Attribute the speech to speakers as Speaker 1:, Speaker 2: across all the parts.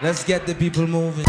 Speaker 1: Let's get the people moving.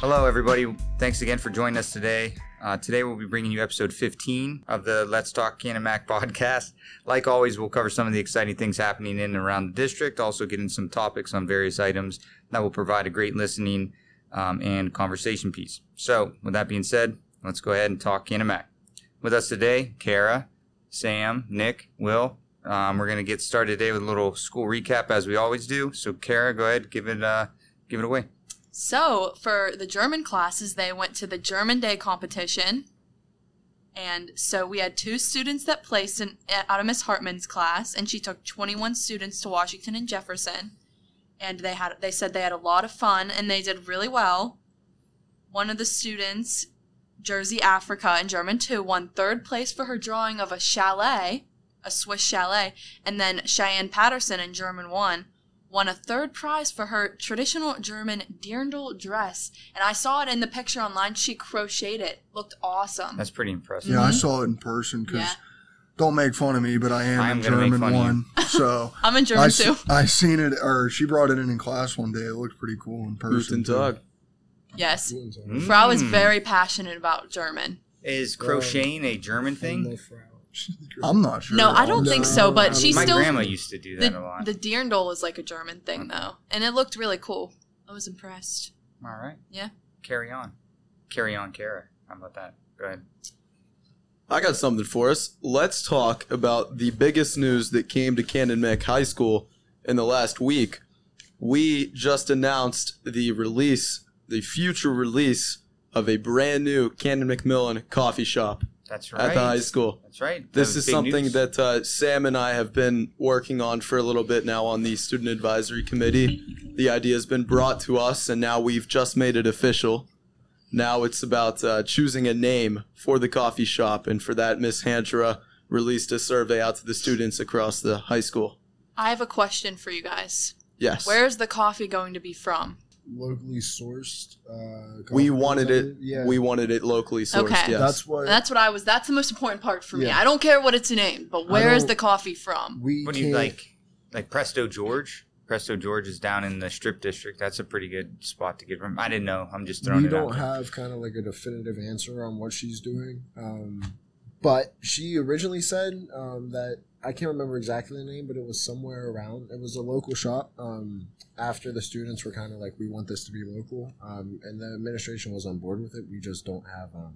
Speaker 2: Hello, everybody. Thanks again for joining us today. Uh, today, we'll be bringing you episode 15 of the Let's Talk Can and Mac podcast. Like always, we'll cover some of the exciting things happening in and around the district, also get in some topics on various items that will provide a great listening um, and conversation piece. So, with that being said, let's go ahead and talk Can and Mac. With us today, Kara, Sam, Nick, Will. Um, we're going to get started today with a little school recap as we always do. So, Kara, go ahead, give it, uh, give it away.
Speaker 3: So for the German classes, they went to the German Day competition. And so we had two students that placed in, eh, out of Miss Hartman's class, and she took 21 students to Washington and Jefferson. And they had they said they had a lot of fun and they did really well. One of the students, Jersey Africa in German 2, won third place for her drawing of a chalet, a Swiss chalet, and then Cheyenne Patterson in German 1 won a third prize for her traditional German dirndl dress, and I saw it in the picture online. She crocheted it; looked awesome.
Speaker 2: That's pretty impressive.
Speaker 4: Yeah, I saw it in person because
Speaker 3: Mm-hmm. Yeah.
Speaker 4: don't make fun of me, but I am
Speaker 2: I am
Speaker 4: in
Speaker 2: gonna make
Speaker 4: German
Speaker 2: fun of you.
Speaker 4: one. So
Speaker 3: I'm in
Speaker 4: I,
Speaker 3: German
Speaker 4: s-
Speaker 3: too.
Speaker 4: I seen it, or she brought it in in class one day. It looked pretty cool in person.
Speaker 5: Guten
Speaker 4: too.
Speaker 5: Tag.
Speaker 3: Yes,
Speaker 2: Mm.
Speaker 3: Frau is very passionate about German.
Speaker 2: Is crocheting a German thing?
Speaker 4: I'm not sure.
Speaker 3: No, I don't think so, but she
Speaker 2: My
Speaker 3: still
Speaker 2: grandma used to do that a
Speaker 3: the,
Speaker 2: lot. Mm.
Speaker 3: the dirndl is like a German thing though, and it looked really cool. I was impressed.
Speaker 2: All right.
Speaker 3: Yeah.
Speaker 2: Carry on. Carry on, Kara. How about that? Go ahead.
Speaker 5: I got something for us. Let's talk about the biggest news that came to Cannon Mick High School in the last week. We just announced the release, the future release of a brand new Cannon McMillan coffee shop
Speaker 2: That's
Speaker 5: at the high
Speaker 2: right.
Speaker 5: school.
Speaker 2: That's right. That
Speaker 5: This
Speaker 2: was
Speaker 5: is
Speaker 2: big
Speaker 5: something
Speaker 2: news.
Speaker 5: that uh, Sam and I have been working on for a little bit now on the student advisory committee. The idea has been brought to us, and now we've just made it official. Now it's about uh, choosing a name for the coffee shop, and for that, Miss Hantra released a survey out to the students across the high school.
Speaker 3: I have a question for you guys.
Speaker 5: Yes.
Speaker 3: Where's the coffee going to be from?
Speaker 6: locally sourced. Uh,
Speaker 5: we
Speaker 6: coffee
Speaker 5: wanted
Speaker 6: or
Speaker 5: it,
Speaker 6: something. Yeah,
Speaker 5: we wanted it locally sourced.
Speaker 3: Okay.
Speaker 5: Yes.
Speaker 6: that's what
Speaker 3: That's what I was. That's the most important part for me.
Speaker 6: Yeah.
Speaker 3: I don't care what it's named, but where is
Speaker 6: don't-
Speaker 3: the coffee from?
Speaker 6: we
Speaker 2: What do
Speaker 6: can't,
Speaker 2: you like? Like Presto George? Presto George is down in the Strip District. That's a pretty good spot to get from. I didn't know. I'm just throwing
Speaker 6: We
Speaker 2: it
Speaker 6: don't
Speaker 2: out.
Speaker 6: have kind of like a definitive answer on what she's doing. Um, but she originally said um, that I can't remember exactly the name, but it was somewhere around. It was a local shop. Um, after the students were kind of like, we want this to be local, um, and the administration was on board with it. We just don't have um,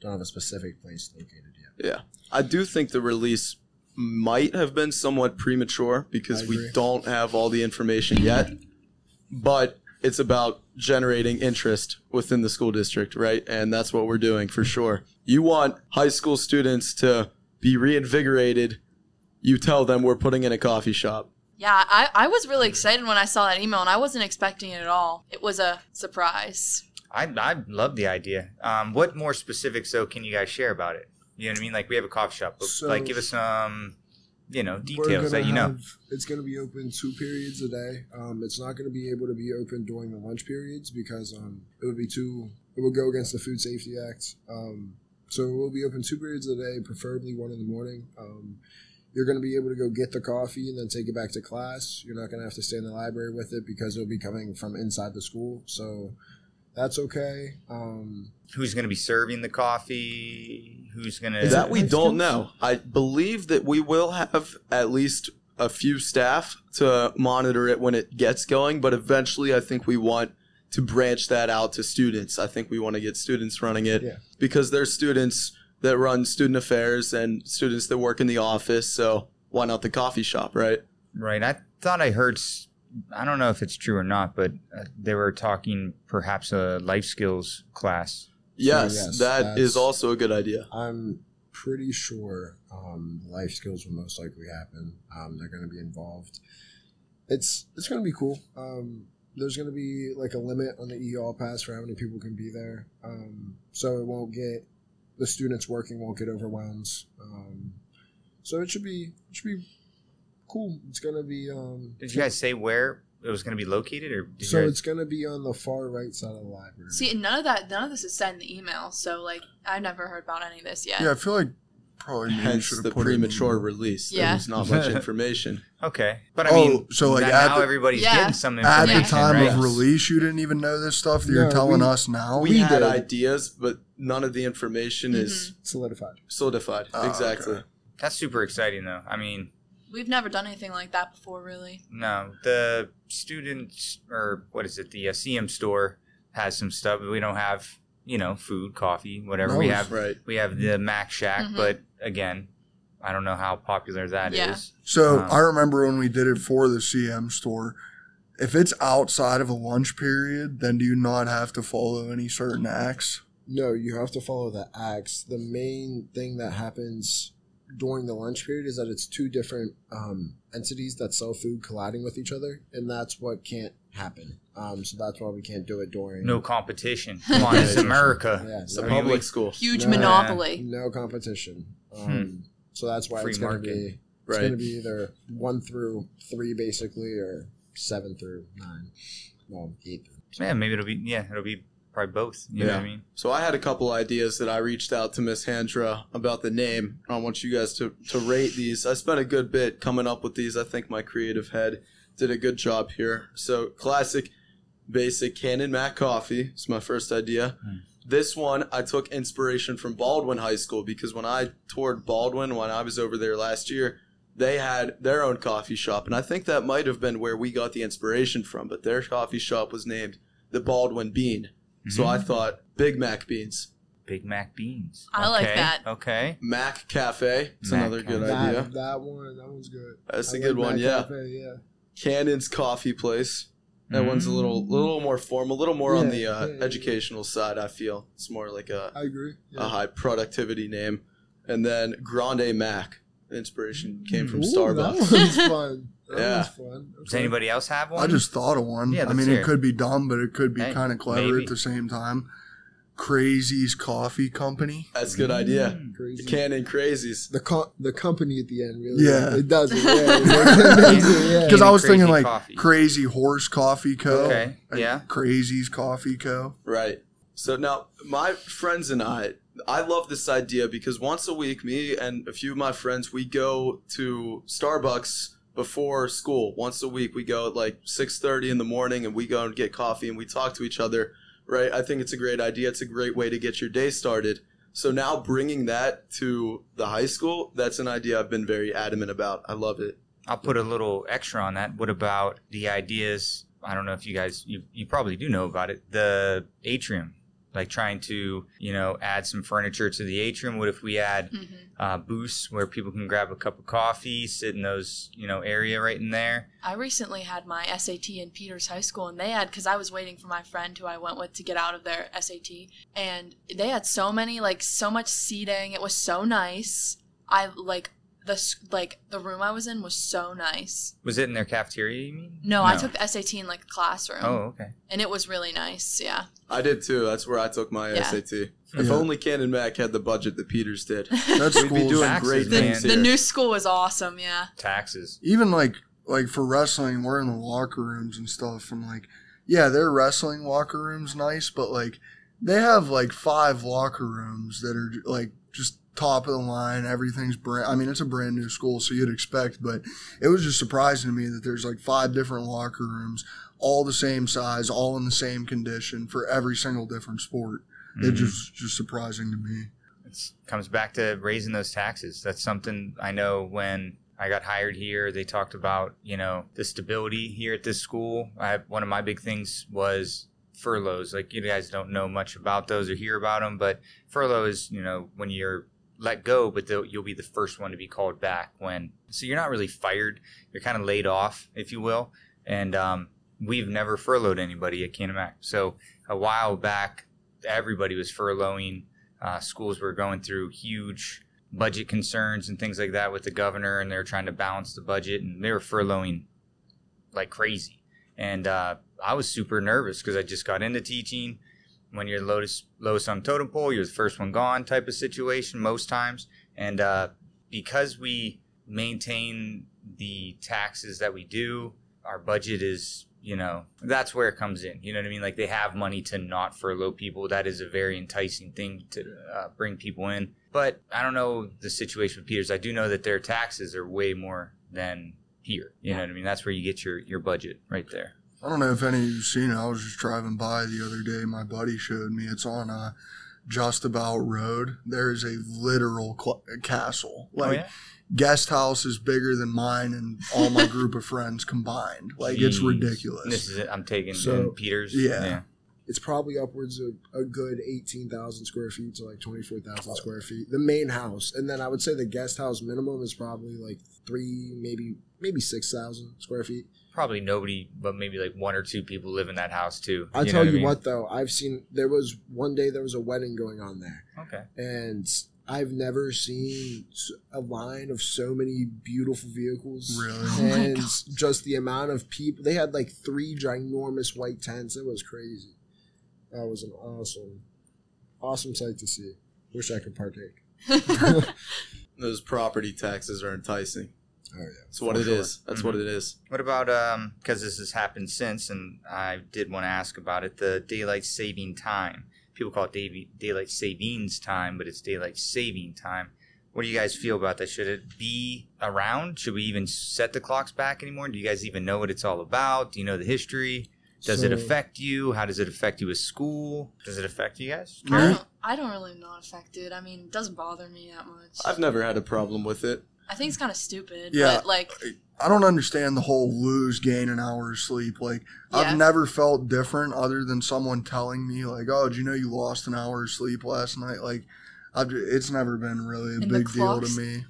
Speaker 6: don't have a specific place located yet.
Speaker 5: I do think the release might have been somewhat premature
Speaker 6: I
Speaker 5: because we
Speaker 6: agree.
Speaker 5: don't have all the information yet. But it's about generating interest within the school district, right? And that's what we're doing for sure. You want high school students to be reinvigorated. You tell them we're putting in a coffee shop.
Speaker 3: Yeah, I, I was really excited when I saw that email, and I wasn't expecting it at all. It was a surprise.
Speaker 2: I, I love the idea. Um, what more specifics, though, can you guys share about it? You know what I mean? Like, we have a coffee shop. But,
Speaker 6: So-
Speaker 2: like, give us some, you know,
Speaker 6: We're
Speaker 2: details
Speaker 6: gonna
Speaker 2: that you know.
Speaker 6: have- It's going to be open two periods a day. Um, it's not going to be able to be open during the lunch periods because um, it would be too. It would go against the Food Safety Act. Um, so it will be open two periods a day, preferably one in the morning. Um, you're going to be able to go get the coffee and then take it back to class. You're not going to have to stay in the library with it because it'll be coming from inside the school. So that's okay. Um,
Speaker 2: Who's going to be serving the coffee? Who's going to.
Speaker 6: Is
Speaker 5: that
Speaker 6: it
Speaker 5: we
Speaker 6: high
Speaker 5: don't
Speaker 6: schools?
Speaker 5: know. I believe that we will have at least a few staff to monitor it when it gets going, but eventually I think we want to branch that out to students. I think we want to get students running it
Speaker 6: Yeah.
Speaker 5: because there's students that run student affairs and students that work in the office, so why not the coffee shop, right?
Speaker 2: Right. I thought I heard. s- I don't know if it's true or not, but uh, they were talking perhaps a life skills class.
Speaker 5: Yes,
Speaker 6: yes,
Speaker 5: that is
Speaker 6: that's-
Speaker 5: also a good idea.
Speaker 6: I'm pretty sure um, life skills will most likely happen. Um, they're going to be involved. It's it's going to be cool. Um, there's going to be like a limit on the e all pass for how many people can be there, um, so it won't get the students working won't get overwhelmed. Um, so it should be it should be cool. It's going to be um,
Speaker 2: Did you guys say where it was going to be located, or did
Speaker 6: So
Speaker 2: you-
Speaker 6: it's gonna be on the far right side of the
Speaker 2: Mm.
Speaker 6: library.
Speaker 3: See, and none of that, none of this is said in the email. So like, I've never heard about any of this yet.
Speaker 4: Yeah, I feel like probably maybe
Speaker 5: Hence
Speaker 4: should
Speaker 5: the
Speaker 4: have put it in
Speaker 5: premature release.
Speaker 3: Yeah.
Speaker 5: There was not much information.
Speaker 2: okay? But I
Speaker 4: Oh,
Speaker 2: mean,
Speaker 4: so, like,
Speaker 2: that-
Speaker 4: at
Speaker 2: now
Speaker 4: the-
Speaker 2: everybody's
Speaker 3: Yeah.
Speaker 2: getting some
Speaker 4: At
Speaker 2: information.
Speaker 4: the time
Speaker 2: right?
Speaker 4: of release, you didn't even know this stuff that you're
Speaker 6: No,
Speaker 4: telling
Speaker 6: we-
Speaker 4: us now.
Speaker 5: We,
Speaker 6: We
Speaker 5: had
Speaker 6: did.
Speaker 5: ideas, but none of the information is
Speaker 6: Solidified.
Speaker 5: solidified.
Speaker 4: Oh,
Speaker 5: exactly.
Speaker 4: okay.
Speaker 2: That's super exciting, though. I mean,
Speaker 3: We've never done anything like that before, really.
Speaker 2: no, the students or what is it? The uh, CM store has some stuff. We don't have, you know, food, coffee, whatever. we
Speaker 6: No,
Speaker 2: have
Speaker 5: Right.
Speaker 2: we have the
Speaker 5: Mm-hmm.
Speaker 2: Mac Shack,
Speaker 3: Mhm.
Speaker 2: but again, I don't know how popular that is.
Speaker 3: Yeah.
Speaker 4: So
Speaker 2: Um,
Speaker 4: I remember when we did it for the CM store. If it's outside of a lunch period, then do you not have to follow any certain acts?
Speaker 6: No, you have to follow the acts. The main thing that happens during the lunch period is that it's two different um, entities that sell food colliding with each other, and that's what can't happen. Um, so that's why we can't do it during
Speaker 2: No competition. Come on, it's America.
Speaker 6: yeah,
Speaker 5: It's
Speaker 6: no,
Speaker 5: a
Speaker 2: mean, we-
Speaker 5: public school.
Speaker 3: Huge
Speaker 6: Yeah.
Speaker 3: monopoly.
Speaker 6: no competition. Um, So that's why
Speaker 2: Hmm. Free
Speaker 6: it's going to
Speaker 2: market.
Speaker 6: be it's going to
Speaker 5: Right.
Speaker 6: be either one through three basically, or seven through nine, well eight. Through.
Speaker 2: Yeah, maybe it'll be yeah, it'll be probably both. You know
Speaker 5: Yeah.
Speaker 2: what I mean?
Speaker 5: So I had a couple ideas that I reached out to Miss Handra about the name. I want you guys to, to rate these. I spent a good bit coming up with these. I think my creative head did a good job here. So classic, basic Canon Mac coffee. It's my first idea.
Speaker 2: Hmm.
Speaker 5: This one I took inspiration from Baldwin High School because when I toured Baldwin when I was over there last year, they had their own coffee shop, and I think that might have been where we got the inspiration from. But their coffee shop was named the Baldwin Bean. So
Speaker 2: Hmm.
Speaker 5: I thought Big Mac beans,
Speaker 2: Big Mac beans.
Speaker 3: I like
Speaker 2: Okay,
Speaker 3: that.
Speaker 2: Okay.
Speaker 5: Mac Cafe. It's
Speaker 2: Mac
Speaker 5: another good
Speaker 2: Cafe.
Speaker 5: idea.
Speaker 6: That, that one, that one's good.
Speaker 5: That's
Speaker 6: I
Speaker 5: a good
Speaker 6: like
Speaker 5: one.
Speaker 6: that
Speaker 5: Yeah,
Speaker 6: cafe, yeah.
Speaker 5: Cannon's Coffee Place. That one's
Speaker 2: Mm.
Speaker 5: a little, little more formal, a little more on the uh,
Speaker 6: Mm. Yeah, yeah, yeah.
Speaker 5: educational side. I feel it's more like a,
Speaker 6: I agree. Yeah.
Speaker 5: a high productivity name. And then Grande Mac. Inspiration came from
Speaker 6: Ooh,
Speaker 5: Starbucks.
Speaker 6: That one's fun. That
Speaker 5: Yeah.
Speaker 6: one's fun.
Speaker 2: Does anybody else have one?
Speaker 4: I just thought of one.
Speaker 2: Yeah,
Speaker 4: I
Speaker 2: let's
Speaker 4: mean,
Speaker 2: hear it.
Speaker 4: it could be dumb, but it could be
Speaker 2: Hey,
Speaker 4: kind of clever
Speaker 2: maybe.
Speaker 4: at the same time. Crazy's Coffee Company.
Speaker 5: That's a good idea.
Speaker 2: Mm.
Speaker 6: Crazy.
Speaker 5: Cannon Crazies.
Speaker 6: the co- the company at the end really.
Speaker 4: Yeah.
Speaker 6: it does. It, yeah, it does it, yeah.
Speaker 4: Because I
Speaker 2: Candy
Speaker 4: was thinking
Speaker 2: Crazy
Speaker 4: like
Speaker 2: Coffee.
Speaker 4: Crazy Horse Coffee Co.
Speaker 2: Okay,
Speaker 4: Like,
Speaker 2: yeah.
Speaker 4: Crazy's Coffee Co.
Speaker 5: Right. So now my friends and I, I love this idea because once a week, me and a few of my friends, we go to Starbucks before school. Once a week, we go at like six thirty in the morning, and we go and get coffee, and we talk to each other. Right. I think it's a great idea. It's a great way to get your day started. So now bringing that to the high school, that's an idea I've been very adamant about. I love it.
Speaker 2: I'll put a little extra on that. What about the ideas? I don't know if you guys you, you probably do know about it. The atrium, like trying to you know add some furniture to the atrium. What if we add
Speaker 3: hmm
Speaker 2: uh, booths where people can grab a cup of coffee, sit in those you know area right in there?
Speaker 3: I recently had my SAT in Peters High School, and they had because I was waiting for my friend who I went with to get out of their SAT, and they had so many like so much seating. It was so nice. I like the s- like the room I was in was so nice.
Speaker 2: Was it in their cafeteria? You mean?
Speaker 3: No, I took the SAT in like a classroom,
Speaker 2: Oh, okay.
Speaker 3: and it was really nice. Yeah,
Speaker 5: I did too. That's where I took my
Speaker 3: Yeah.
Speaker 5: SAT.
Speaker 4: Yeah.
Speaker 5: If only Cannon Mac had the budget that Peters did.
Speaker 4: That's
Speaker 5: We'd be
Speaker 4: cool.
Speaker 5: doing
Speaker 2: Taxes,
Speaker 5: great
Speaker 2: man.
Speaker 3: the,
Speaker 5: things
Speaker 3: the
Speaker 5: here.
Speaker 3: new school was awesome. Yeah,
Speaker 2: Taxes.
Speaker 4: even like like for wrestling, we're in the locker rooms and stuff, and like yeah, their wrestling locker rooms nice, but like they have like five locker rooms that are like just top of the line. Everything's brand. I mean, it's a brand new school, so you'd expect, but it was just surprising to me that there's like five different locker rooms, all the same size, all in the same condition for every single different sport. It
Speaker 2: Mhm.
Speaker 4: just just surprising to me.
Speaker 2: it's, comes back to raising those taxes. That's something I know when I got hired here, they talked about, you know, the stability here at this school. I, one of my big things was furloughs. Like, you guys don't know much about those or hear about them, but furlough is, you know, when you're let go, but they'll- you'll be the first one to be called back when. So you're not really fired. You're kind of laid off, if you will. And um, we've never furloughed anybody at Canamac. So a while back, everybody was furloughing uh, schools were going through huge budget concerns and things like that with the governor, and they were trying to balance the budget, and they were furloughing like crazy. And uh, I was super nervous because I just got into teaching. When you're the lowest, lowest on totem pole, you're the first one gone type of situation most times. And uh, because we maintain the taxes that we do, our budget is you know, that's where it comes in. You know what I mean? Like they have money to not furlough people. That is a very enticing thing to uh, bring people in. But I don't know the situation with Peters. I do know that their taxes are way more than here. You know what I mean? That's where you get your your budget right there.
Speaker 4: I don't know if any of you've seen it. I was just driving by the other day. My buddy showed me. It's on uh, Just About Road. There is a literal cl- castle. Like,
Speaker 2: oh, yeah?
Speaker 4: guest house is bigger than mine and all my group of friends combined. Like, it's
Speaker 2: Jeez.
Speaker 4: ridiculous.
Speaker 2: This is it. I'm taking
Speaker 6: So-
Speaker 2: in Peters.
Speaker 4: Yeah.
Speaker 6: It's probably upwards of a good eighteen thousand square feet to like twenty four thousand square feet. The main house, and then I would say the guest house minimum is probably like three, maybe maybe six thousand square feet.
Speaker 2: Probably nobody, but maybe like one or two people live in that house too.
Speaker 6: I
Speaker 2: know
Speaker 6: tell
Speaker 2: I
Speaker 6: you
Speaker 2: mean?
Speaker 6: what, though, I've seen there was one day there was a wedding going on there,
Speaker 2: Okay.
Speaker 6: and I've never seen s- a line of so many beautiful vehicles.
Speaker 4: Really?
Speaker 3: Oh my
Speaker 6: And
Speaker 3: gosh.
Speaker 6: just the amount of people, they had like three ginormous white tents. It was crazy. That was an awesome, awesome sight to see. Wish I could partake.
Speaker 5: Those property taxes are enticing.
Speaker 6: Oh yeah.
Speaker 5: That's what
Speaker 2: For
Speaker 5: it is.
Speaker 2: sure.
Speaker 5: That's what it is.
Speaker 2: What about um? Because this has happened since, and I did want to ask about it. The daylight saving time. People call it day- daylight savings time, but it's daylight saving time. What do you guys feel about that? Should it be around? Should we even set the clocks back anymore? Do you guys even know what it's all about? Do you know the history? Does it
Speaker 6: So-
Speaker 2: affect you? How does it affect you at school? Does it affect you guys?
Speaker 3: I don't, I don't really not affected. I mean, it doesn't bother me that much.
Speaker 5: I've never had a problem with it.
Speaker 3: I think it's kind of stupid.
Speaker 4: Yeah.
Speaker 3: But like,
Speaker 4: I don't understand the whole lose, gain an hour of sleep. Like,
Speaker 3: Yeah.
Speaker 4: I've never felt different other than someone telling me, like, oh, did you know you lost an hour of sleep last night? Like, I've, ju- it's never been really a
Speaker 3: And the
Speaker 4: big deal
Speaker 3: clocks-
Speaker 4: to me.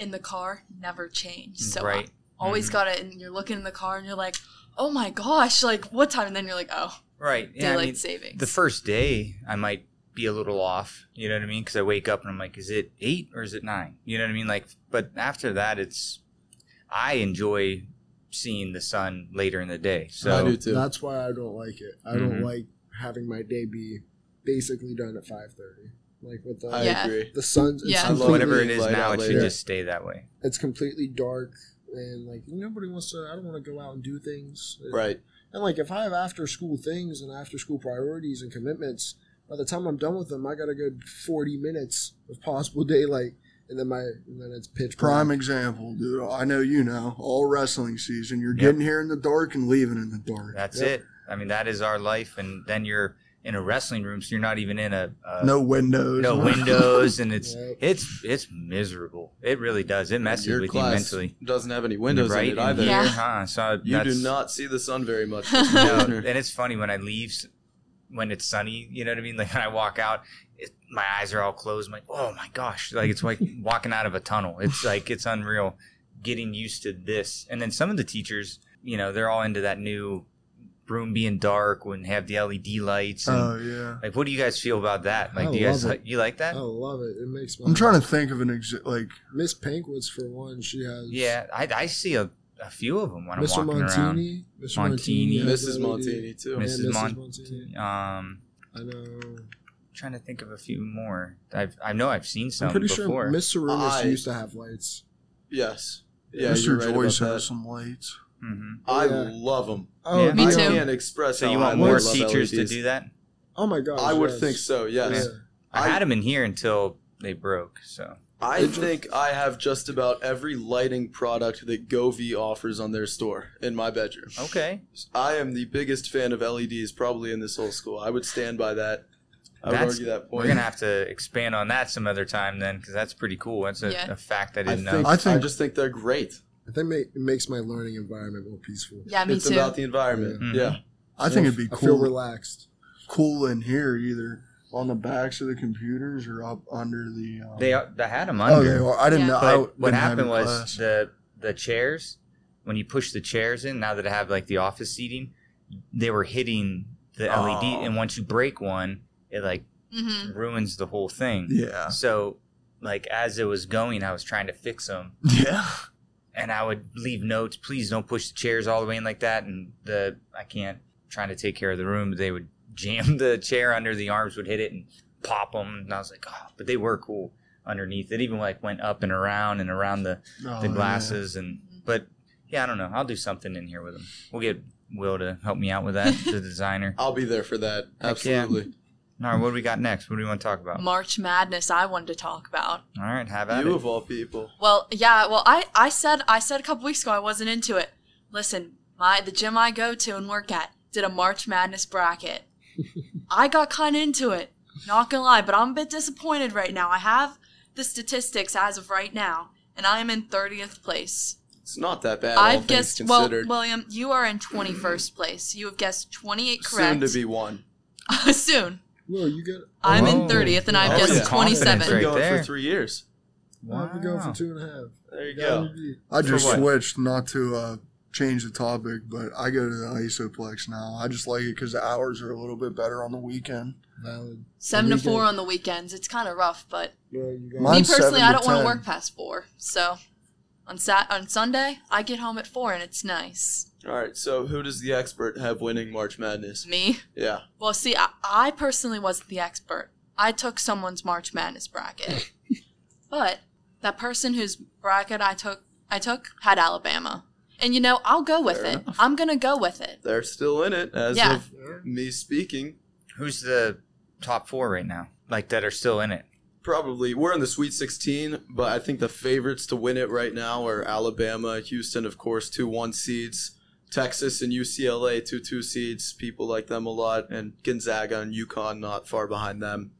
Speaker 3: in the car, never change. So
Speaker 2: right. Mm-hmm.
Speaker 3: always got it and you're looking in the car and you're like oh my gosh like what time and then you're like oh
Speaker 2: Right. Yeah, I
Speaker 3: daylight
Speaker 2: mean,
Speaker 3: savings
Speaker 2: the first day I might be a little off, you know what I mean? Because I wake up and I'm like, is it eight or is it nine? You know what I mean? Like, but after that, it's I enjoy seeing the sun later in the day.
Speaker 5: I
Speaker 2: So
Speaker 5: do too.
Speaker 6: That's why I don't like it. I don't
Speaker 2: Mhm.
Speaker 6: like having my day be basically done at five thirty. Like with the
Speaker 5: I
Speaker 3: Yeah.
Speaker 5: agree.
Speaker 6: the sun's it's,
Speaker 3: Yeah. I
Speaker 5: love
Speaker 6: completely,
Speaker 2: whatever it is
Speaker 5: Light
Speaker 2: now,
Speaker 5: out
Speaker 2: it should
Speaker 5: later.
Speaker 2: just stay that way.
Speaker 6: it's completely dark and like nobody wants to. I don't want to go out and do things.
Speaker 5: Right.
Speaker 6: And like if I have after school things and after school priorities and commitments, by the time I'm done with them, I got a good forty minutes of possible daylight, and then my and then it's pitch
Speaker 4: Prime
Speaker 6: black.
Speaker 4: example, dude. I know you know. All wrestling season, you're
Speaker 2: Yep.
Speaker 4: getting here in the dark and leaving in the dark.
Speaker 2: That's
Speaker 6: Yep.
Speaker 2: it. I mean, that is our life. And then you're in a wrestling room, so you're not even in a, a
Speaker 4: no windows.
Speaker 2: no windows, and it's
Speaker 6: Yep.
Speaker 2: it's it's miserable. It really does. It messes
Speaker 5: Your
Speaker 2: with you
Speaker 5: class
Speaker 2: mentally.
Speaker 5: doesn't have any windows
Speaker 2: right?
Speaker 5: in it either.
Speaker 3: Yeah.
Speaker 2: huh? So
Speaker 5: You
Speaker 2: that's,
Speaker 5: do not see the sun very much.
Speaker 2: No,
Speaker 5: Mr. Kushner.
Speaker 2: and it's funny when I leave, s- when it's sunny, you know what I mean? Like when I walk out, it, my eyes are all closed. I'm like, oh my gosh. Like it's like walking out of a tunnel. It's like, it's unreal getting used to this. And then some of the teachers, you know, they're all into that new room being dark when they have the LED lights. And,
Speaker 4: Oh yeah.
Speaker 2: like, what do you guys feel about that? Like,
Speaker 6: I
Speaker 2: do you guys,
Speaker 6: love Oh,
Speaker 2: like,
Speaker 6: it.
Speaker 2: you like that?
Speaker 6: I love it. It makes. My
Speaker 4: I'm trying to think of an ex- like
Speaker 6: Miss Pankwitz for one. She has
Speaker 2: Yeah. I, I see a, a few of them when
Speaker 6: Mr.
Speaker 2: I'm walking around.
Speaker 6: Montini, Mr. Montini,
Speaker 2: Montini.
Speaker 6: has
Speaker 5: Mrs.
Speaker 6: LED.
Speaker 5: Montini too.
Speaker 2: Miss-
Speaker 6: Yeah,
Speaker 2: Mrs.
Speaker 6: Mrs.
Speaker 2: Mon-
Speaker 6: Montini.
Speaker 2: Um,
Speaker 6: I know.
Speaker 2: trying to think of a few more. I've, I know I've seen some
Speaker 6: I'm pretty
Speaker 2: before.
Speaker 6: sure Miss Serenas
Speaker 5: I-
Speaker 6: used to have lights.
Speaker 5: Yes. Yeah, you're
Speaker 4: Mr.
Speaker 5: right
Speaker 4: Joyce
Speaker 5: about that.
Speaker 4: has some lights.
Speaker 2: hmm
Speaker 5: I
Speaker 6: Yeah.
Speaker 5: love them.
Speaker 6: Oh,
Speaker 2: Yeah.
Speaker 3: Me
Speaker 5: I
Speaker 3: too.
Speaker 5: can't express.
Speaker 2: So you
Speaker 5: how
Speaker 2: want
Speaker 5: Oh, I
Speaker 2: more
Speaker 5: love E
Speaker 2: teachers to
Speaker 5: LEDs.
Speaker 2: do that?
Speaker 6: Oh my gosh.
Speaker 5: I would
Speaker 6: yes.
Speaker 5: think so. Yes.
Speaker 6: Yeah.
Speaker 2: I,
Speaker 5: I-
Speaker 2: had them in here until they broke. So
Speaker 5: I think I have just about every lighting product that Govee offers on their store in my bedroom.
Speaker 2: okay,
Speaker 5: I am the biggest fan of LEDs probably in this whole school. I would stand by that. I would
Speaker 2: That's-
Speaker 5: argue that
Speaker 2: we're
Speaker 5: point.
Speaker 2: gonna have to expand on that some other time then, because that's pretty cool. That's a,
Speaker 3: Yeah.
Speaker 2: a fact I
Speaker 5: I
Speaker 2: didn't
Speaker 5: think,
Speaker 2: know.
Speaker 5: I
Speaker 4: I think-
Speaker 5: just think they're great.
Speaker 6: I think ma- it makes my learning environment more peaceful.
Speaker 3: yeah me
Speaker 5: it's
Speaker 3: too
Speaker 5: about the environment.
Speaker 2: Mhm.
Speaker 5: Yeah.
Speaker 4: I think
Speaker 6: I
Speaker 4: it'd be
Speaker 6: I feel
Speaker 4: cool
Speaker 6: relaxed.
Speaker 4: cool in here either on the backs of the computers or up under the. Um,
Speaker 2: They are, they had them
Speaker 4: Oh,
Speaker 2: under.
Speaker 4: they are. I didn't
Speaker 3: Yeah.
Speaker 4: know. I
Speaker 2: But what
Speaker 4: didn't have
Speaker 2: happened
Speaker 4: a
Speaker 2: was
Speaker 4: class.
Speaker 2: the the chairs when you push the chairs in. Now that I have like the office seating, they were hitting the LED,
Speaker 5: Oh.
Speaker 2: and once you break one, it like
Speaker 3: mm-hmm.
Speaker 2: ruins the whole thing.
Speaker 4: yeah,
Speaker 2: So like as it was going, I was trying to fix them,
Speaker 4: yeah.
Speaker 2: and I would leave notes. Please don't push the chairs all the way in like that. And the I can't trying to take care of the room. They would jam the chair under the arms would hit it and pop them. And I was like, oh, but they were cool underneath. It even like went up and around and around the
Speaker 4: Oh,
Speaker 2: the
Speaker 4: yeah.
Speaker 2: Mm-hmm. glasses and but. Yeah, I don't know. I'll do something in here with them. We'll get Will to help me out with that, the designer.
Speaker 5: I'll be there for that.
Speaker 2: yeah.
Speaker 5: Absolutely.
Speaker 2: All right, what do we got next? What do we want to talk about? All
Speaker 3: March Madness I wanted to talk about.
Speaker 2: right, have at
Speaker 5: You
Speaker 2: it.
Speaker 5: of all people.
Speaker 3: Well, yeah, well I I said I said a couple weeks ago I wasn't into it. Listen, my the gym I go to and work at did a March Madness bracket. I got kind of into it. Not going to lie, but I'm a bit disappointed right now. I have the statistics as of right now and I am in 30th place.
Speaker 5: It's not that bad. all
Speaker 3: I've
Speaker 5: things
Speaker 3: guessed well,
Speaker 5: considered.
Speaker 3: William, you are in 21st place. You have guessed 28 correct.
Speaker 5: soon to be one.
Speaker 3: be soon.
Speaker 6: Well, you got.
Speaker 3: I'm
Speaker 2: Whoa.
Speaker 3: in 30th and I've
Speaker 5: Oh,
Speaker 3: guessed
Speaker 5: yeah.
Speaker 2: Confidence
Speaker 3: 27.
Speaker 2: right
Speaker 5: going
Speaker 2: there.
Speaker 5: for three years.
Speaker 6: I'll have to go
Speaker 2: Wow.
Speaker 6: for two and a half.
Speaker 5: There you
Speaker 6: Gotta
Speaker 5: go.
Speaker 6: be-
Speaker 4: I
Speaker 2: For
Speaker 4: just
Speaker 2: what?
Speaker 4: switched not to uh, change the topic, but I go to the Isoplex now. I just like it because the hours are a little bit better on the weekend.
Speaker 6: Valid.
Speaker 3: 7 to
Speaker 6: Weekend.
Speaker 3: 4 on the weekends. It's kind of rough, but
Speaker 6: Yeah, you got.
Speaker 4: Mine's
Speaker 3: me personally,
Speaker 4: 7
Speaker 3: I
Speaker 4: to
Speaker 3: don't want to
Speaker 4: 10.
Speaker 3: work past 4. So on sat on Sunday, I get home at 4 and it's nice.
Speaker 5: All right. So who does the expert have winning March Madness?
Speaker 3: Me?
Speaker 5: Yeah.
Speaker 3: Well, see, I, I personally wasn't the expert. I took someone's March Madness bracket. but that person whose bracket I took I took had Alabama. And you know, I'll go with
Speaker 5: Fair
Speaker 3: it. I'm going to go with it.
Speaker 5: They're still in it as
Speaker 3: Yeah.
Speaker 5: of me speaking.
Speaker 2: Who's the top four right now? Like that are still in it.
Speaker 5: Probably we're in the Sweet 16, but I think the favorites to win it right now are Alabama, Houston, of course, two one seeds, Texas and UCLA, two two seeds. People like them a lot, and Gonzaga and UConn not far behind them.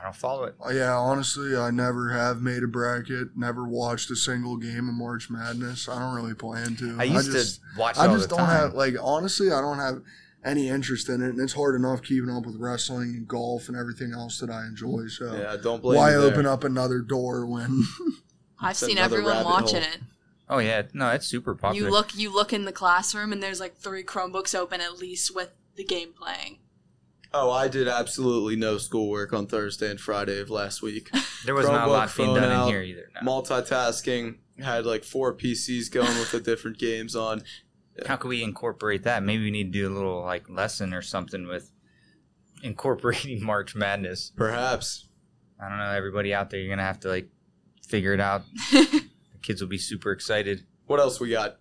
Speaker 2: I don't follow it.
Speaker 4: Uh, Yeah, honestly, I never have made a bracket. Never watched a single game of March Madness. I don't really plan to.
Speaker 2: I used
Speaker 4: just,
Speaker 2: to watch. It
Speaker 4: I
Speaker 2: all
Speaker 4: just
Speaker 2: the
Speaker 4: don't
Speaker 2: time.
Speaker 4: have like honestly, I don't have any interest in it, and it's hard enough keeping up with wrestling and golf and everything else that I enjoy. So
Speaker 5: Yeah, don't blame.
Speaker 4: why
Speaker 5: you there.
Speaker 4: open up another door when?
Speaker 3: I've
Speaker 5: It's
Speaker 3: seen
Speaker 5: another
Speaker 3: everyone
Speaker 5: rabbit
Speaker 3: watching
Speaker 5: hole.
Speaker 3: it.
Speaker 2: Oh yeah, no, it's super popular.
Speaker 3: You look you look in the classroom and there's like three Chromebooks open at least with the game playing.
Speaker 5: Oh, I did absolutely no schoolwork on Thursday and Friday of last week.
Speaker 2: there was not a lot
Speaker 5: Chromebook,
Speaker 2: being
Speaker 5: phone
Speaker 2: done
Speaker 5: out,
Speaker 2: in here either. No.
Speaker 5: Multitasking, had like four PCs going with the different games on.
Speaker 2: How can we incorporate that? Maybe we need to do a little like lesson or something with incorporating March Madness.
Speaker 5: Perhaps.
Speaker 2: I don't know. Everybody out there, you're gonna have to like figure it out. The kids will be super excited.
Speaker 5: What else we got?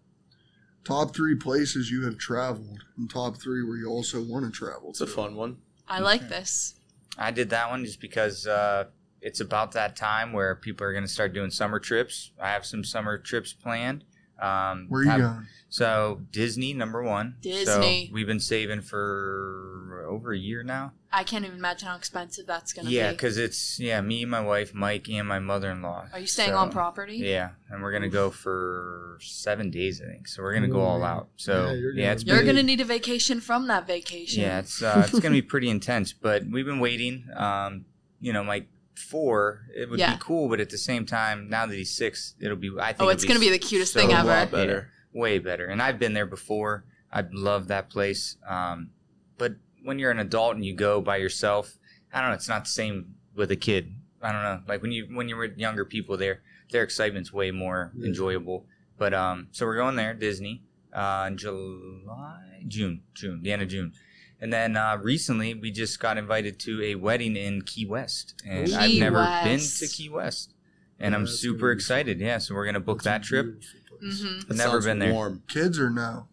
Speaker 4: top three places you have traveled, and top three where you also want to travel.
Speaker 5: It's a
Speaker 4: to.
Speaker 5: fun one.
Speaker 3: I like this.
Speaker 2: I did that one just because uh, it's about that time where people are going to start doing summer trips. I have some summer trips planned. Um,
Speaker 4: Where are you
Speaker 2: have-
Speaker 4: going?
Speaker 2: So Disney number one. So
Speaker 3: Disney.
Speaker 2: we've been saving for over a year now.
Speaker 3: I can't even imagine how expensive that's gonna
Speaker 2: Yeah,
Speaker 3: be.
Speaker 2: because it's yeah me and my wife, Mike, and my mother-in-law.
Speaker 3: Are you staying
Speaker 2: So-
Speaker 3: on property?
Speaker 2: Yeah, and we're gonna go for seven days, I think. So we're gonna go all out. So
Speaker 6: Yeah,
Speaker 2: yeah,
Speaker 6: you're gonna-
Speaker 2: it's
Speaker 3: You're
Speaker 2: been-
Speaker 3: gonna need a vacation from that vacation.
Speaker 2: Yeah, it's uh, it's gonna be pretty intense, but we've been waiting. Um, you know, Mike four, it would
Speaker 3: Yeah.
Speaker 2: be cool, but at the same time, now that he's six, it'll be. I think.
Speaker 3: Oh,
Speaker 2: it'll
Speaker 3: it's gonna be the cutest thing
Speaker 5: A
Speaker 2: so
Speaker 3: ever.
Speaker 5: lot
Speaker 2: Yeah,
Speaker 5: better.
Speaker 2: way better. And I've been there before. I love that place. Um, but when you're an adult and you go by yourself, I don't know. It's not the same with a kid. I don't know. Like when you when you're with younger people, their their excitement's way more
Speaker 6: Yeah.
Speaker 2: enjoyable. But um, so we're going there, Disney, uh, in July, June, June, the end of June. And then uh, recently, we just got invited to a wedding in Key West, and I've
Speaker 3: Key
Speaker 2: never been
Speaker 3: West.
Speaker 2: to Key West, and
Speaker 6: Yeah,
Speaker 2: I'm
Speaker 6: that's gonna
Speaker 2: super
Speaker 6: be
Speaker 2: excited. Yeah, so we're gonna book
Speaker 6: That's a
Speaker 2: that trip.
Speaker 6: beautiful place.
Speaker 3: hmm
Speaker 5: That
Speaker 2: Never
Speaker 5: sounds
Speaker 2: been there.
Speaker 5: Warm.
Speaker 4: Kids or no?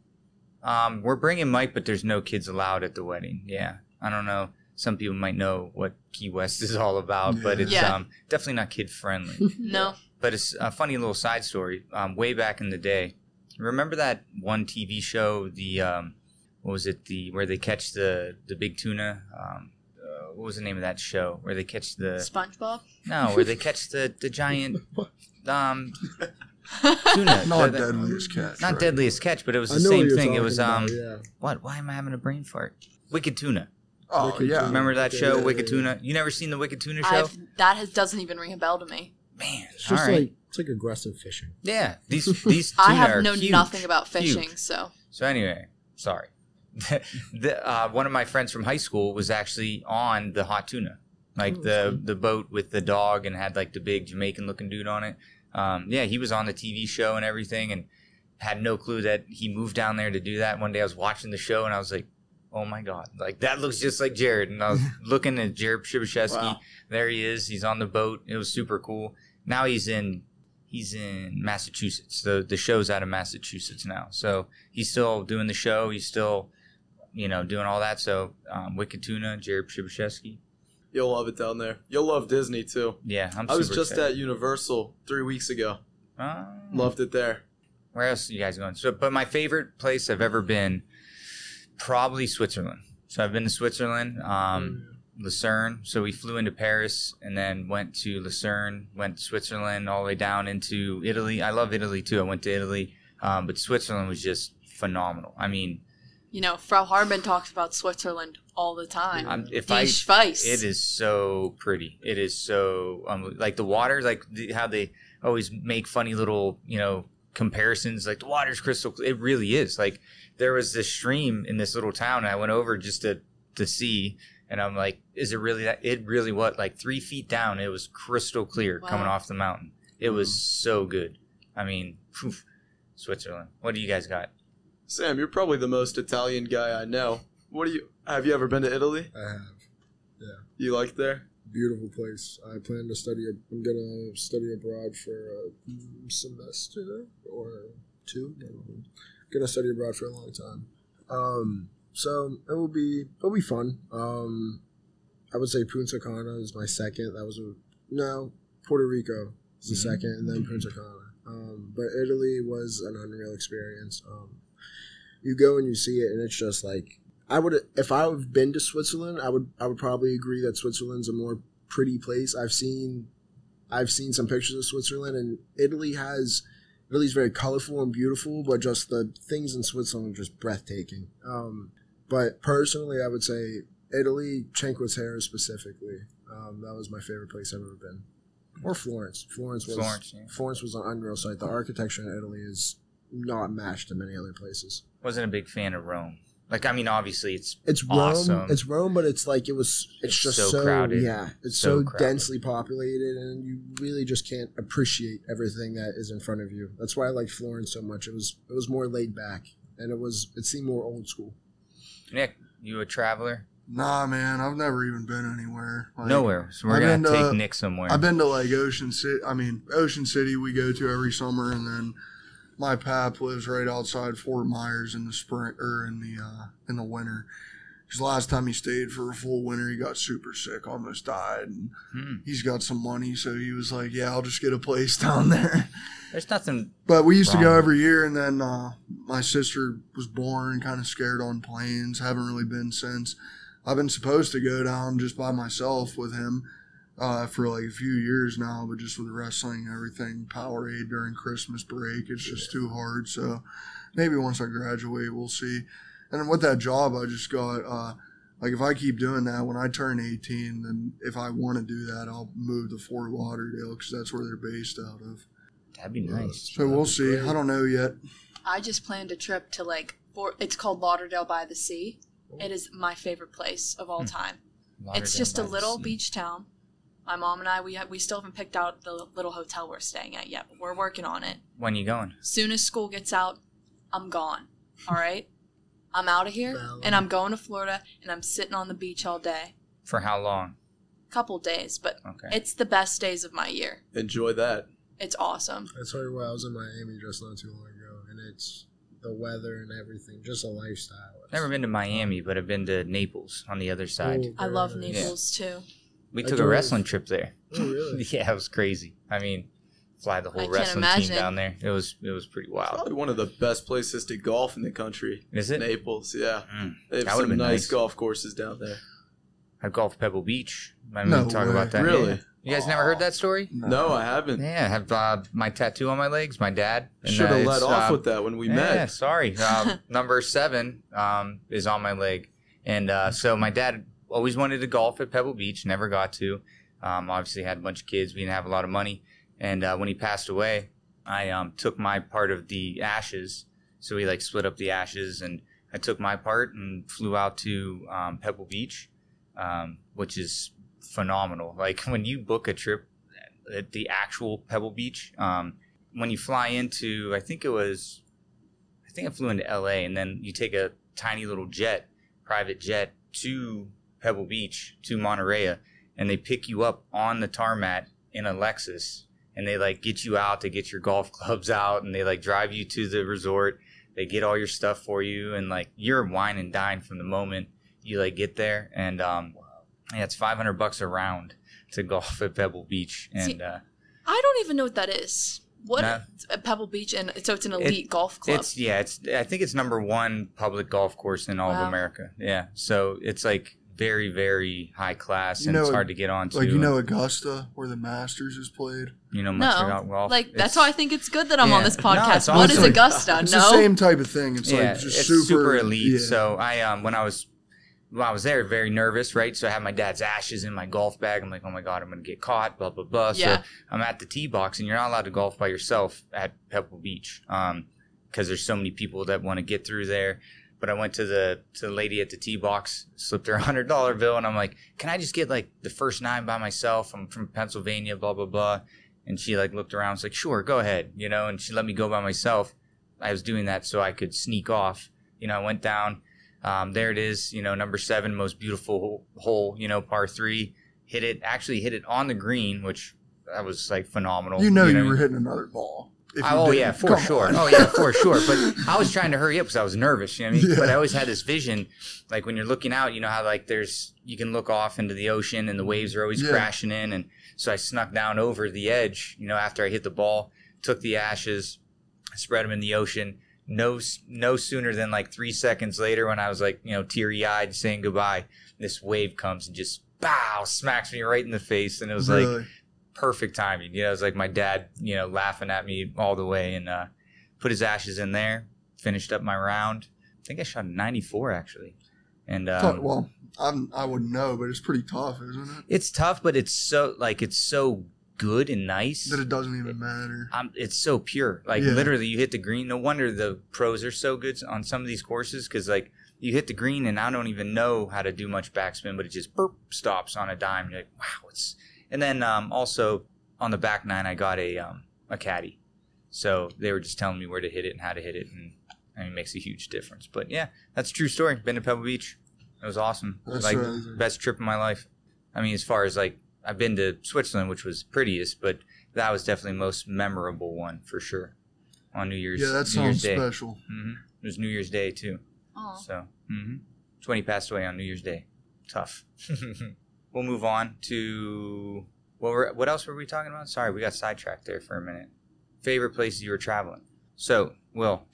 Speaker 2: Um, we're bringing Mike, but there's no kids allowed at the wedding. Yeah, I don't know. Some people might know what Key West is all about, but it's
Speaker 3: Yeah.
Speaker 2: um, definitely not kid friendly.
Speaker 3: No.
Speaker 2: but it's a funny little side story. Um, way back in the day, remember that one TV show, the um, what was it, the where they catch the the big tuna? Um, uh, what was the name of that show where they catch the
Speaker 3: SpongeBob.
Speaker 2: no, where they catch the the giant um, tuna?
Speaker 4: Not
Speaker 2: The- the-
Speaker 4: deadliest catch.
Speaker 2: Not
Speaker 4: right?
Speaker 2: deadliest catch, but it was
Speaker 6: I
Speaker 2: the
Speaker 6: know what
Speaker 2: same
Speaker 6: you're
Speaker 2: thing. It
Speaker 6: talking
Speaker 2: was
Speaker 6: about,
Speaker 2: um.
Speaker 6: yeah.
Speaker 2: What? Why am I having a brain fart? Wicked Tuna.
Speaker 4: Oh
Speaker 6: Wicked
Speaker 4: yeah.
Speaker 6: Tuna.
Speaker 2: Remember that
Speaker 6: Yeah,
Speaker 2: show,
Speaker 6: yeah, yeah,
Speaker 2: Wicked
Speaker 6: yeah.
Speaker 2: Tuna? You never seen the Wicked Tuna show?
Speaker 3: I've, that has, doesn't even ring a bell to me.
Speaker 2: Man,
Speaker 1: It's
Speaker 2: all
Speaker 1: just
Speaker 2: right.
Speaker 1: like it's like aggressive fishing.
Speaker 2: yeah, these these tuna
Speaker 3: I
Speaker 2: are
Speaker 3: have known
Speaker 2: huge,
Speaker 3: nothing about
Speaker 2: huge.
Speaker 3: fishing, so
Speaker 2: So anyway, sorry. the, uh, one of my friends from high school was actually on the hot tuna, like
Speaker 1: Oh,
Speaker 2: the
Speaker 1: that's
Speaker 2: the boat with the dog and had like the big Jamaican looking dude on it. Um, yeah, he was on the TV show and everything, and had no clue that he moved down there to do that. One day I was watching the show and I was like, "Oh my god, like that looks just like Jared." And I was looking at Jared Shibashevsky.
Speaker 5: Wow.
Speaker 2: There he is. He's on the boat. It was super cool. Now he's in he's in Massachusetts. The the show's out of Massachusetts now, so he's still doing the show. He's still, you know, doing all that. So um, Wicked Tuna, Jared Przybyszewski.
Speaker 5: You'll love it down there. You'll love Disney too.
Speaker 2: Yeah, I'm.
Speaker 5: I was
Speaker 2: super
Speaker 5: just
Speaker 2: excited.
Speaker 5: at Universal three weeks ago.
Speaker 2: Ah.
Speaker 5: Loved it there.
Speaker 2: Where else are you guys going? So, but my favorite place I've ever been, probably Switzerland. So I've been to Switzerland, um, Lucerne. So we flew into Paris and then went to Lucerne, went to Switzerland all the way down into Italy. I love Italy too. I went to Italy, um, but Switzerland was just phenomenal. I mean,
Speaker 3: You know, Frau Harben talks about Switzerland all the time.
Speaker 2: um, if
Speaker 3: Die
Speaker 2: I
Speaker 3: Schweiz.
Speaker 2: It is so pretty. It is so um, like the water, like the, how they always make funny little you know comparisons. Like the water's crystal. cl- It really is. Like there was this stream in this little town, and I went over just to to see, and I'm like, is it really that? It really what like three feet down. It was crystal clear coming
Speaker 3: Wow.
Speaker 2: off the mountain. It was so good. I mean, phew, Switzerland. What do you guys got?
Speaker 5: Sam, you're probably the most Italian guy I know. What do you have you ever been to Italy?
Speaker 6: I have
Speaker 5: You like there?
Speaker 6: beautiful place. I plan to study. ab- I'm gonna study abroad for a semester or two. I don't know. Gonna study abroad for a long time. Um, so it will be it'll be fun. Um, I would say Punta Cana is my second. That was a no Puerto Rico is the
Speaker 2: Mhm.
Speaker 6: second, and then Punta Cana. Um, but Italy was an unreal experience. Um, you go and you see it, and it's just like I would if I've been to Switzerland, I would I would probably agree that Switzerland's a more pretty place. I've seen I've seen some pictures of Switzerland and Italy has Italy's very colorful and beautiful, but just the things in Switzerland are just breathtaking. Um, but personally, I would say Italy, Cinque Terre specifically. Um, that was my favorite place I've ever been, or Florence. Florence was Florence,
Speaker 2: Florence. yeah.
Speaker 6: was an unreal site. The architecture in Italy is not matched in many other places.
Speaker 2: Wasn't a big fan of Rome. Like I mean, obviously it's
Speaker 6: It's Rome.
Speaker 2: Awesome.
Speaker 6: It's Rome, but it's like it was. It's just
Speaker 2: So
Speaker 6: so,
Speaker 2: crowded.
Speaker 6: Yeah, it's
Speaker 2: So
Speaker 6: so,
Speaker 2: crowded.
Speaker 6: densely populated, and you really just can't appreciate everything that is in front of you. That's why I liked Florence so much. It was it was more laid back, and it was it seemed more old school.
Speaker 2: Nick. You a traveler?
Speaker 4: Nah, man, I've never even been anywhere. Like,
Speaker 2: Nowhere. So we're
Speaker 4: I've
Speaker 2: gonna
Speaker 4: been to-
Speaker 2: take Nick somewhere.
Speaker 4: I've been to like Ocean City. I mean, Ocean City we go to every summer, and then my pap lives right outside Fort Myers in the spring or in the uh, in the winter. Because last time he stayed for a full winter, he got super sick, almost died, and
Speaker 2: Hmm.
Speaker 4: he's got some money, so he was like, "Yeah, I'll just get a place down there."
Speaker 2: There's nothing.
Speaker 4: But we used to go
Speaker 2: Wrong.
Speaker 4: every year, and then uh, my sister was born, kind of scared on planes. Haven't really been since. I've been supposed to go down just by myself with him uh, for like a few years now, but just with wrestling and everything, Powerade during Christmas break, it's just too hard. So maybe once I graduate, we'll see. And then with that job I just got, uh, like if I keep doing that, when I turn 18, then if I want to do that, I'll move to Fort Lauderdale because that's where they're based out of.
Speaker 2: That'd be nice.
Speaker 4: So we'll see. I don't know yet.
Speaker 3: I just planned a trip to like Fort. It's called Lauderdale by the Sea. It is my favorite place of all
Speaker 2: Hmm.
Speaker 3: time.
Speaker 2: Lauderdale
Speaker 3: it's just a
Speaker 2: by the
Speaker 3: little
Speaker 2: sea.
Speaker 3: beach town. My mom and I we ha- we still haven't picked out the little hotel we're staying at yet, but we're working on it.
Speaker 2: When you going?
Speaker 3: Soon as school gets out, I'm gone. All right, I'm out of here,
Speaker 6: Valid.
Speaker 4: um,
Speaker 3: and I'm going to Florida, and I'm sitting on the beach all day.
Speaker 2: For how long?
Speaker 3: Couple days, but
Speaker 2: Okay.
Speaker 3: it's the best days of my year.
Speaker 5: Enjoy that.
Speaker 3: It's awesome.
Speaker 6: I tell you what, I was in Miami just not too long ago, and it's the weather and everything, just a lifestyle. It's-
Speaker 2: Never been to Miami, but I've been to Naples on the other side.
Speaker 6: Oh,
Speaker 3: I love
Speaker 6: very nice.
Speaker 3: Naples too.
Speaker 2: we
Speaker 6: I
Speaker 2: took a
Speaker 6: drove-
Speaker 2: wrestling trip there.
Speaker 6: Oh, really?
Speaker 2: yeah, it was crazy. I mean, fly the whole
Speaker 3: I can't
Speaker 2: wrestling
Speaker 3: imagine.
Speaker 2: team down there. It was it was pretty wild.
Speaker 5: Probably one of the best places to golf in the country.
Speaker 2: Is it?
Speaker 5: Naples, yeah.
Speaker 2: Mm.
Speaker 5: They have
Speaker 2: That would've
Speaker 5: some
Speaker 2: been
Speaker 5: nice,
Speaker 2: nice.
Speaker 5: golf courses down there.
Speaker 2: I golf Pebble Beach. I mean,
Speaker 4: No
Speaker 2: we talk
Speaker 4: way.
Speaker 2: about that.
Speaker 5: Really?
Speaker 2: Yeah. You guys never heard that story?
Speaker 5: No, I haven't.
Speaker 2: Yeah, I have uh, my tattoo on my legs. My dad And,
Speaker 5: Should
Speaker 2: uh,
Speaker 5: have
Speaker 2: it's,
Speaker 5: let off
Speaker 2: uh,
Speaker 5: with that when we
Speaker 2: yeah,
Speaker 5: met.
Speaker 2: sorry. Um, number seven um, is on my leg, and uh, so my dad always wanted to golf at Pebble Beach, never got to. Um, obviously, had a bunch of kids. We didn't have a lot of money, and uh, when he passed away, I um, took my part of the ashes. So we like split up the ashes, and I took my part and flew out to um, Pebble Beach, um, which is phenomenal. Like when you book a trip at the actual Pebble Beach, um, when you fly into, I think it was I think I flew into LA and then you take a tiny little jet, private jet to Pebble Beach, to Monterey, and they pick you up on the tarmac in a Lexus and they like get you out, they get your golf clubs out, and they like drive you to the resort. They get all your stuff for you, and like you're wine and dine from the moment you like get there. And um, yeah, it's five hundred bucks a round to golf at Pebble Beach, and
Speaker 3: See,
Speaker 2: uh,
Speaker 3: I don't even know what that is. What
Speaker 2: No.
Speaker 3: it's at Pebble Beach and so it's an elite golf club.
Speaker 2: It's yeah, it's I think it's number one public golf course in all
Speaker 3: Wow.
Speaker 2: of America. Yeah, so it's like very very high class,
Speaker 4: You
Speaker 2: and
Speaker 4: know,
Speaker 2: it's hard to get onto. uh,
Speaker 4: Like you know Augusta, where the Masters is played.
Speaker 2: you know
Speaker 3: No,
Speaker 2: much about golf.
Speaker 3: like that's
Speaker 2: It's-
Speaker 3: how I think it's good that I'm on
Speaker 2: yeah.
Speaker 3: this
Speaker 2: No,
Speaker 3: podcast.
Speaker 2: it's
Speaker 3: what is
Speaker 4: awesome.
Speaker 3: Augusta?
Speaker 4: It's
Speaker 3: no,
Speaker 4: the same type of thing. It's
Speaker 2: yeah,
Speaker 4: like just
Speaker 2: it's
Speaker 4: super,
Speaker 2: super, elite.
Speaker 4: yeah.
Speaker 2: So I um when I was when I was there, very nervous, right? So I had my dad's ashes in my golf bag. I'm like, oh my god, I'm gonna get caught, blah blah blah. So
Speaker 3: Yeah.
Speaker 2: I'm at the tee box, and you're not allowed to golf by yourself at Pebble Beach, um, because there's so many people that want to get through there. But I went to the to the lady at the tee box, slipped her a hundred dollar bill, and I'm like, can I just get like the first nine by myself? I'm from Pennsylvania, blah blah blah. And she like looked around, was like, sure, go ahead, you know. And she let me go by myself. I was doing that so I could sneak off. You know, I went down. Um, there it is. You know, number seven, most beautiful hole. You know, par three. Hit it. Actually, hit it on the green, which that was like phenomenal.
Speaker 4: you know you were hitting another ball. if you
Speaker 2: Oh
Speaker 4: didn't.
Speaker 2: yeah, for
Speaker 4: Come
Speaker 2: sure.
Speaker 4: on.
Speaker 2: Oh yeah, for sure. But I was trying to hurry up because I was nervous. You know what I mean?
Speaker 4: Yeah.
Speaker 2: But I always had this vision, like when you're looking out, you know how like there's you can look off into the ocean and the waves are always
Speaker 4: Yeah.
Speaker 2: crashing in, and so I snuck down over the edge. You know, after I hit the ball, took the ashes, spread them in the ocean. No, s- no sooner than like three seconds later, when I was like you know teary eyed saying goodbye, this wave comes and just bow smacks me right in the face, and it was like
Speaker 4: Really.
Speaker 2: perfect timing. You know, it was like my dad, you know, laughing at me all the way and uh, put his ashes in there, finished up my round. I think I shot a 94 actually. And
Speaker 4: Tough-
Speaker 2: um,
Speaker 4: well, I'm, I wouldn't know, but it's pretty tough, isn't it?
Speaker 2: it's tough, but it's so like it's so good and nice.
Speaker 4: That it doesn't even matter.
Speaker 2: Um, it's so pure. Like
Speaker 4: Yeah.
Speaker 2: literally, you hit the green. No wonder the pros are so good on some of these courses because like you hit the green and I don't even know how to do much backspin, but it just burp stops on a dime. You're like, wow, it's. And then um, also on the back nine, I got a um, a caddy, so they were just telling me where to hit it and how to hit it, and I mean, it makes a huge difference. But yeah, that's a true story. Been to Pebble Beach. It was awesome.
Speaker 4: That's uh,
Speaker 2: like
Speaker 4: amazing.
Speaker 2: best trip of my life. I mean, as far as like I've been to Switzerland, which was prettiest, but that was definitely the most memorable one for sure. On New Year's,
Speaker 4: Yeah, that
Speaker 2: New Year's
Speaker 4: sounds
Speaker 2: Day.
Speaker 4: special.
Speaker 2: hmm It was New Year's Day too.
Speaker 3: Aw.
Speaker 2: So, hmm it's when he passed away on New Year's Day. Tough. we'll move on to what were what else were we talking about? Sorry, we got sidetracked there for a minute. Favorite places you were traveling. So, Will,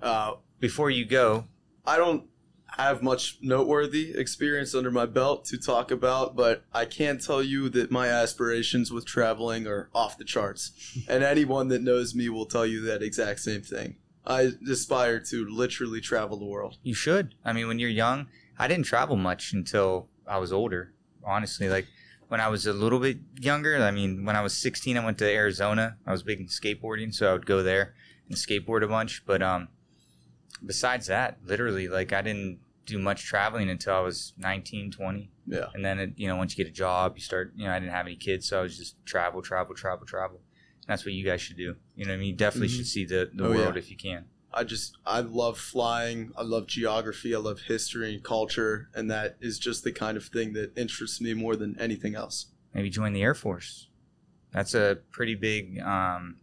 Speaker 5: Uh,
Speaker 2: before you go,
Speaker 5: I don't have much noteworthy experience under my belt to talk about, but I can tell you that my aspirations with traveling are off the charts. and anyone that knows me will tell you that exact same thing. I aspire to literally travel the world.
Speaker 2: You should. I mean, when you're young, I didn't travel much until I was older. Honestly, like when I was a little bit younger, I mean, when I was 16, I went to Arizona. I was big in skateboarding, so I would go there and skateboard a bunch. But um, besides that, literally, like I didn't do much traveling until I was 19, 20.
Speaker 5: Yeah.
Speaker 2: And then, it, you know, once you get a job, you start, you know, I didn't have any kids, so I was just travel, travel, travel, travel. And that's what you guys should do. You know what I mean? You definitely
Speaker 5: Mhm.
Speaker 2: should see the, the
Speaker 5: Oh, yeah.
Speaker 2: world if you can.
Speaker 5: I just I love flying. I love geography. I love history and culture, and that is just the kind of thing that interests me more than anything else.
Speaker 2: maybe join the Air Force. That's a pretty big um,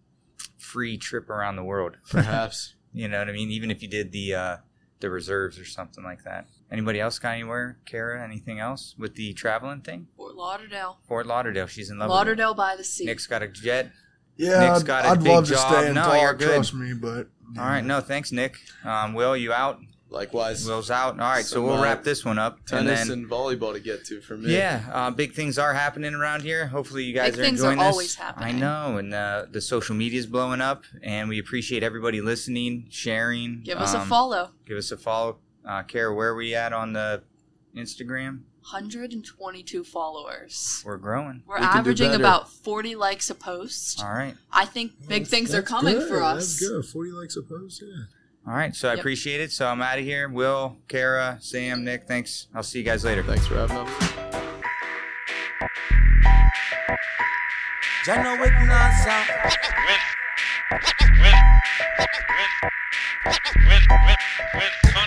Speaker 2: free trip around the world.
Speaker 5: Perhaps
Speaker 2: You know what I mean? Even if you did the uh, the reserves or something like that. Anybody else got anywhere? Kara, anything else with the traveling thing?
Speaker 3: Fort Lauderdale,
Speaker 2: Fort Lauderdale, she's in love. with it.
Speaker 3: Lauderdale by the sea.
Speaker 2: Nick's got a jet.
Speaker 4: Yeah,
Speaker 2: Nick's
Speaker 4: I'd,
Speaker 2: got a
Speaker 4: I'd
Speaker 2: big
Speaker 4: love
Speaker 2: job.
Speaker 4: to stay in
Speaker 2: No,
Speaker 4: Tulsa,
Speaker 2: you're good.
Speaker 4: trust me, but
Speaker 2: All right, no, thanks, Nick. Um, Will, you out?
Speaker 5: likewise,
Speaker 2: Will's out. All right, so,
Speaker 5: So,
Speaker 2: we'll
Speaker 5: uh,
Speaker 2: wrap this one up. and
Speaker 5: tennis
Speaker 2: then-
Speaker 5: and volleyball to get to for me.
Speaker 2: Yeah, uh, big things are happening around here. Hopefully, you guys
Speaker 3: Big
Speaker 2: are
Speaker 3: things
Speaker 2: enjoying
Speaker 3: are
Speaker 2: this.
Speaker 3: always happening.
Speaker 2: I know, and uh, the social media is blowing up, and we appreciate everybody listening, sharing.
Speaker 3: Give us a
Speaker 2: um,
Speaker 3: follow.
Speaker 2: Give us a follow. Uh, Kara, where are we at on the Instagram?
Speaker 3: 122 followers.
Speaker 2: We're growing.
Speaker 3: We're
Speaker 5: We can do
Speaker 3: averaging
Speaker 5: better.
Speaker 3: about 40 likes a post.
Speaker 2: All right,
Speaker 3: I think big things are
Speaker 6: That's
Speaker 3: coming
Speaker 6: good,
Speaker 3: for us.
Speaker 6: That's good. Forty likes a post. Yeah.
Speaker 2: all right. So I
Speaker 3: Yep.
Speaker 2: appreciate it. So I'm out of here. Will, Kara, Sam, Nick. Thanks. I'll see you guys later.
Speaker 5: Thanks for having us.
Speaker 1: General with NASA.
Speaker 7: Win. Win. Win. Win. Win. Win. Win.